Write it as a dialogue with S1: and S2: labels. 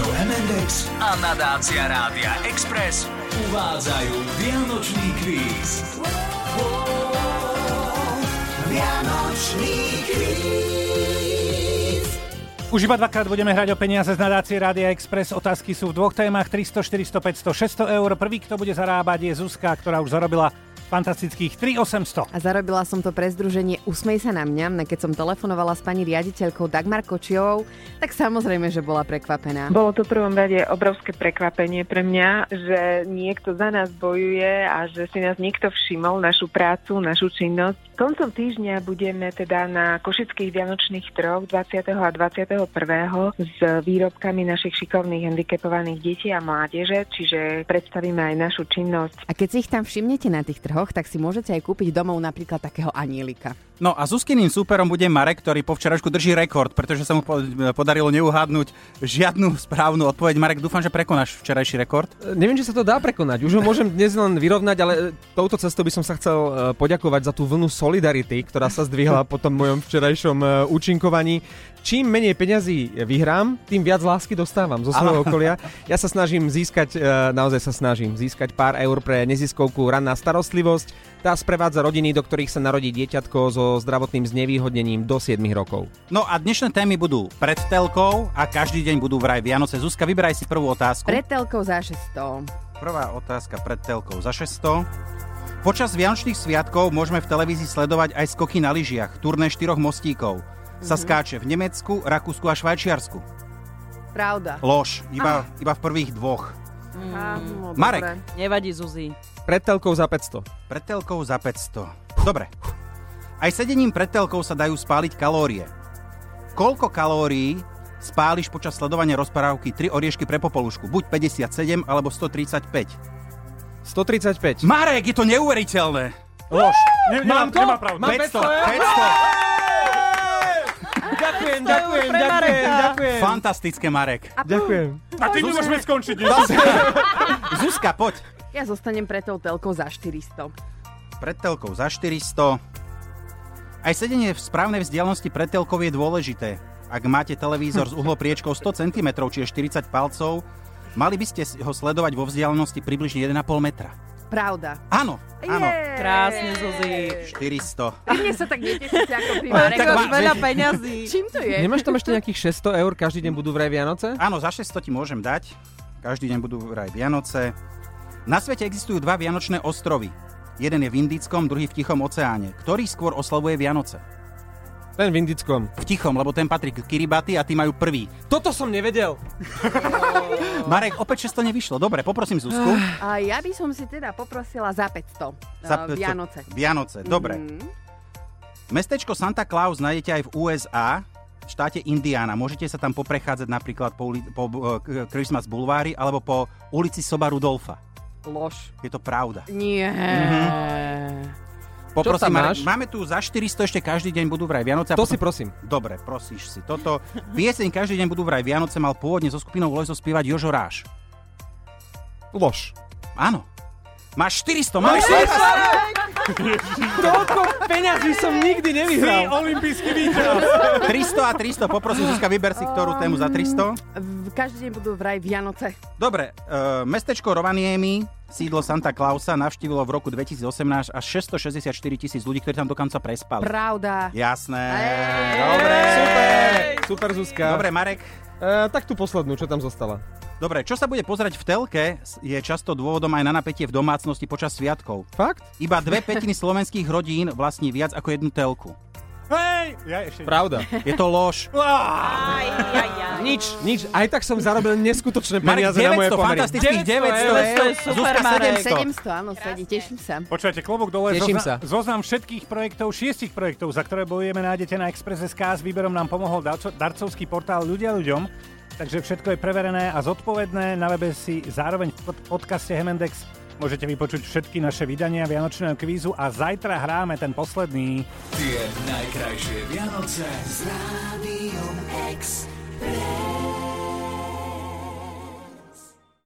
S1: Index a nadácia Rádia Express uvádzajú Vianočný kvíz. Vianočný kvíz.
S2: Už iba dvakrát budeme hrať o peniaze z nadácie Rádia Express. Otázky sú v dvoch témach 300, 400, 500, 600 eur. Prvý, kto bude zarábať, je Zuzka, ktorá už zarobila fantastických 3800.
S3: A zarobila som to pre združenie Usmej sa na mňa, na keď som telefonovala s pani riaditeľkou Dagmar Kočiovou, tak samozrejme, že bola prekvapená.
S4: Bolo to v prvom rade obrovské prekvapenie pre mňa, že niekto za nás bojuje a že si nás niekto všimol, našu prácu, našu činnosť. Koncom týždňa budeme teda na Košických Vianočných troch 20. a 21. s výrobkami našich šikovných handicapovaných detí a mládeže, čiže predstavíme aj našu činnosť.
S3: A keď si ich tam všimnete na tých trhoch, tak si môžete aj kúpiť domov napríklad takého anielika.
S5: No a Zuzkiným súperom bude Marek, ktorý po včerašku drží rekord, pretože sa mu po- podarilo neuhádnuť žiadnu správnu odpoveď. Marek, dúfam, že prekonáš včerajší rekord.
S6: Neviem, či sa to dá prekonať. Už ho môžem dnes len vyrovnať, ale e, touto cestou by som sa chcel eh, poďakovať za tú vlnu solidarity, ktorá sa zdvihla po tom mojom včerajšom eh, účinkovaní. Čím menej peňazí vyhrám, tým viac lásky dostávam zo svojho okolia. Ja sa snažím získať, eh, naozaj sa snažím získať pár eur pre neziskovku Ranná starostlivosť. Tá sprevádza rodiny, do ktorých sa narodí dieťatko so zdravotným znevýhodnením do 7 rokov.
S5: No a dnešné témy budú pred telkou a každý deň budú vraj Vianoce. Zuzka, vyberaj si prvú otázku.
S3: Pred telkou za 600.
S5: Prvá otázka pred telkou za 600. Počas Vianočných sviatkov môžeme v televízii sledovať aj skoky na lyžiach, turné štyroch mostíkov. Sa skáče v Nemecku, Rakúsku a Švajčiarsku.
S3: Pravda.
S5: Lož, iba, iba v prvých dvoch.
S3: Áno,
S5: Marek.
S3: dobre.
S7: Nevadí, Zuzi.
S6: Pred telkou za 500.
S5: Pred telkou za 500. Dobre. Aj sedením pred telkou sa dajú spáliť kalórie. Koľko kalórií spáliš počas sledovania rozprávky 3 oriešky pre popolušku? Buď 57 alebo 135.
S6: 135.
S5: Marek, je to neuveriteľné!
S2: Lož. Ne, nemám,
S6: to?
S2: nemá pravdu.
S6: Mám
S5: 500, 500.
S6: Ďakujem, ďakujem,
S7: pre
S6: ďakujem,
S7: Mareka.
S6: ďakujem.
S5: Fantastické, Marek.
S6: Ďakujem.
S2: A tým my môžeme skončiť. nie?
S5: Zuzka, poď.
S3: Ja zostanem pre tou telkou za 400.
S5: Pred telkou za 400. Aj sedenie v správnej vzdialenosti pred telkou je dôležité. Ak máte televízor s uhlopriečkou 100 cm, čiže 40 palcov, mali by ste ho sledovať vo vzdialenosti približne 1,5 metra.
S3: Pravda.
S5: Áno, áno.
S3: Jej.
S7: Krásne, Zuzi.
S5: 400.
S3: Pri mne sa tak netešíte ako pri
S7: Tak
S3: Marekovi.
S5: ma-
S7: veľa peňazí.
S3: Čím to je?
S6: Nemáš tam ešte nejakých 600 eur, každý deň budú vraj Vianoce?
S5: Áno, za 600 ti môžem dať. Každý deň budú vraj Vianoce. Na svete existujú dva Vianočné ostrovy. Jeden je v Indickom, druhý v Tichom oceáne. Ktorý skôr oslavuje Vianoce?
S6: Len v Indickom.
S5: V Tichom, lebo ten patrí k Kiribati a tí majú prvý.
S6: Toto som nevedel.
S5: Marek, opäť 600 nevyšlo. Dobre, poprosím Zuzku.
S3: A
S6: Ah,
S3: ja by som si teda poprosila za 500.
S5: Za
S3: Za
S5: 500.
S3: Vianoce.
S5: Vianoce, dobre.
S3: Mm.
S5: Mestečko Santa Claus nájdete aj v USA, v štáte Indiana. Môžete sa tam poprechádzať napríklad po, uli- po eh, Christmas Bulvári alebo po ulici Soba Rudolfa.
S3: Lož.
S5: Je to pravda.
S3: Nie.
S5: Poprosím,
S6: tam
S5: Marek,
S6: máš?
S5: máme tu za 400 ešte každý deň budú vraj Vianoce. a
S6: To si
S5: potom-
S6: prosím.
S5: Dobre, prosíš si toto. Pieseň každý deň budú vraj Vianoce mal pôvodne so skupinou Lojzo spievať Jožo Ráš.
S6: Lož.
S5: Áno.
S6: No
S5: Máš 400, máš 400!
S6: Toľko peňazí som nikdy
S2: Si
S6: nevyhral.
S2: olimpijský víťaz.
S5: 300 a 300, poprosím, Zuzka, vyber si ktorú tému za 300.
S3: V- Každý deň budú vraj Vianoce.
S5: Dobre, e, mestečko Rovaniemi, sídlo Santa Clausa, navštívilo v roku 2018 až 664 tisíc ľudí, ktorí tam dokonca prespali.
S3: Pravda.
S5: Jasné.
S3: Ej.
S5: Dobre.
S6: Super. Super, Zuzka.
S5: Dobre, Marek.
S6: E, tak tú poslednú, čo tam zostala.
S5: Dobre, čo sa bude pozerať v telke, je často dôvodom aj na napätie v domácnosti počas sviatkov.
S6: Fakt?
S5: Iba dve petiny slovenských rodín vlastní viac ako jednu telku.
S2: Hej! Ja ešte...
S6: Pravda.
S5: Je to lož.
S7: Aj, aj, aj.
S6: Nič, nič. Aj tak som zarobil neskutočné
S5: Marek,
S6: peniaze na moje
S5: 900,
S6: pomery.
S5: fantastických
S7: 900
S5: 900 eur.
S7: je super,
S5: Zuzka,
S7: Marek.
S5: 700.
S3: 700, áno, sedí, teším sa.
S2: Počujete, klobúk dole.
S6: Teším sa.
S2: Zoznam všetkých projektov, šiestich projektov, za ktoré bojujeme, nájdete na Express.sk. S výberom nám pomohol darco- darcovský portál Ľudia ľuďom. Takže všetko je preverené a zodpovedné. Na webe si zároveň v pod- podcaste Hemendex môžete vypočuť všetky naše vydania Vianočného kvízu a zajtra hráme ten posledný.
S1: Tie najkrajšie Vianoce s Rádiom Express.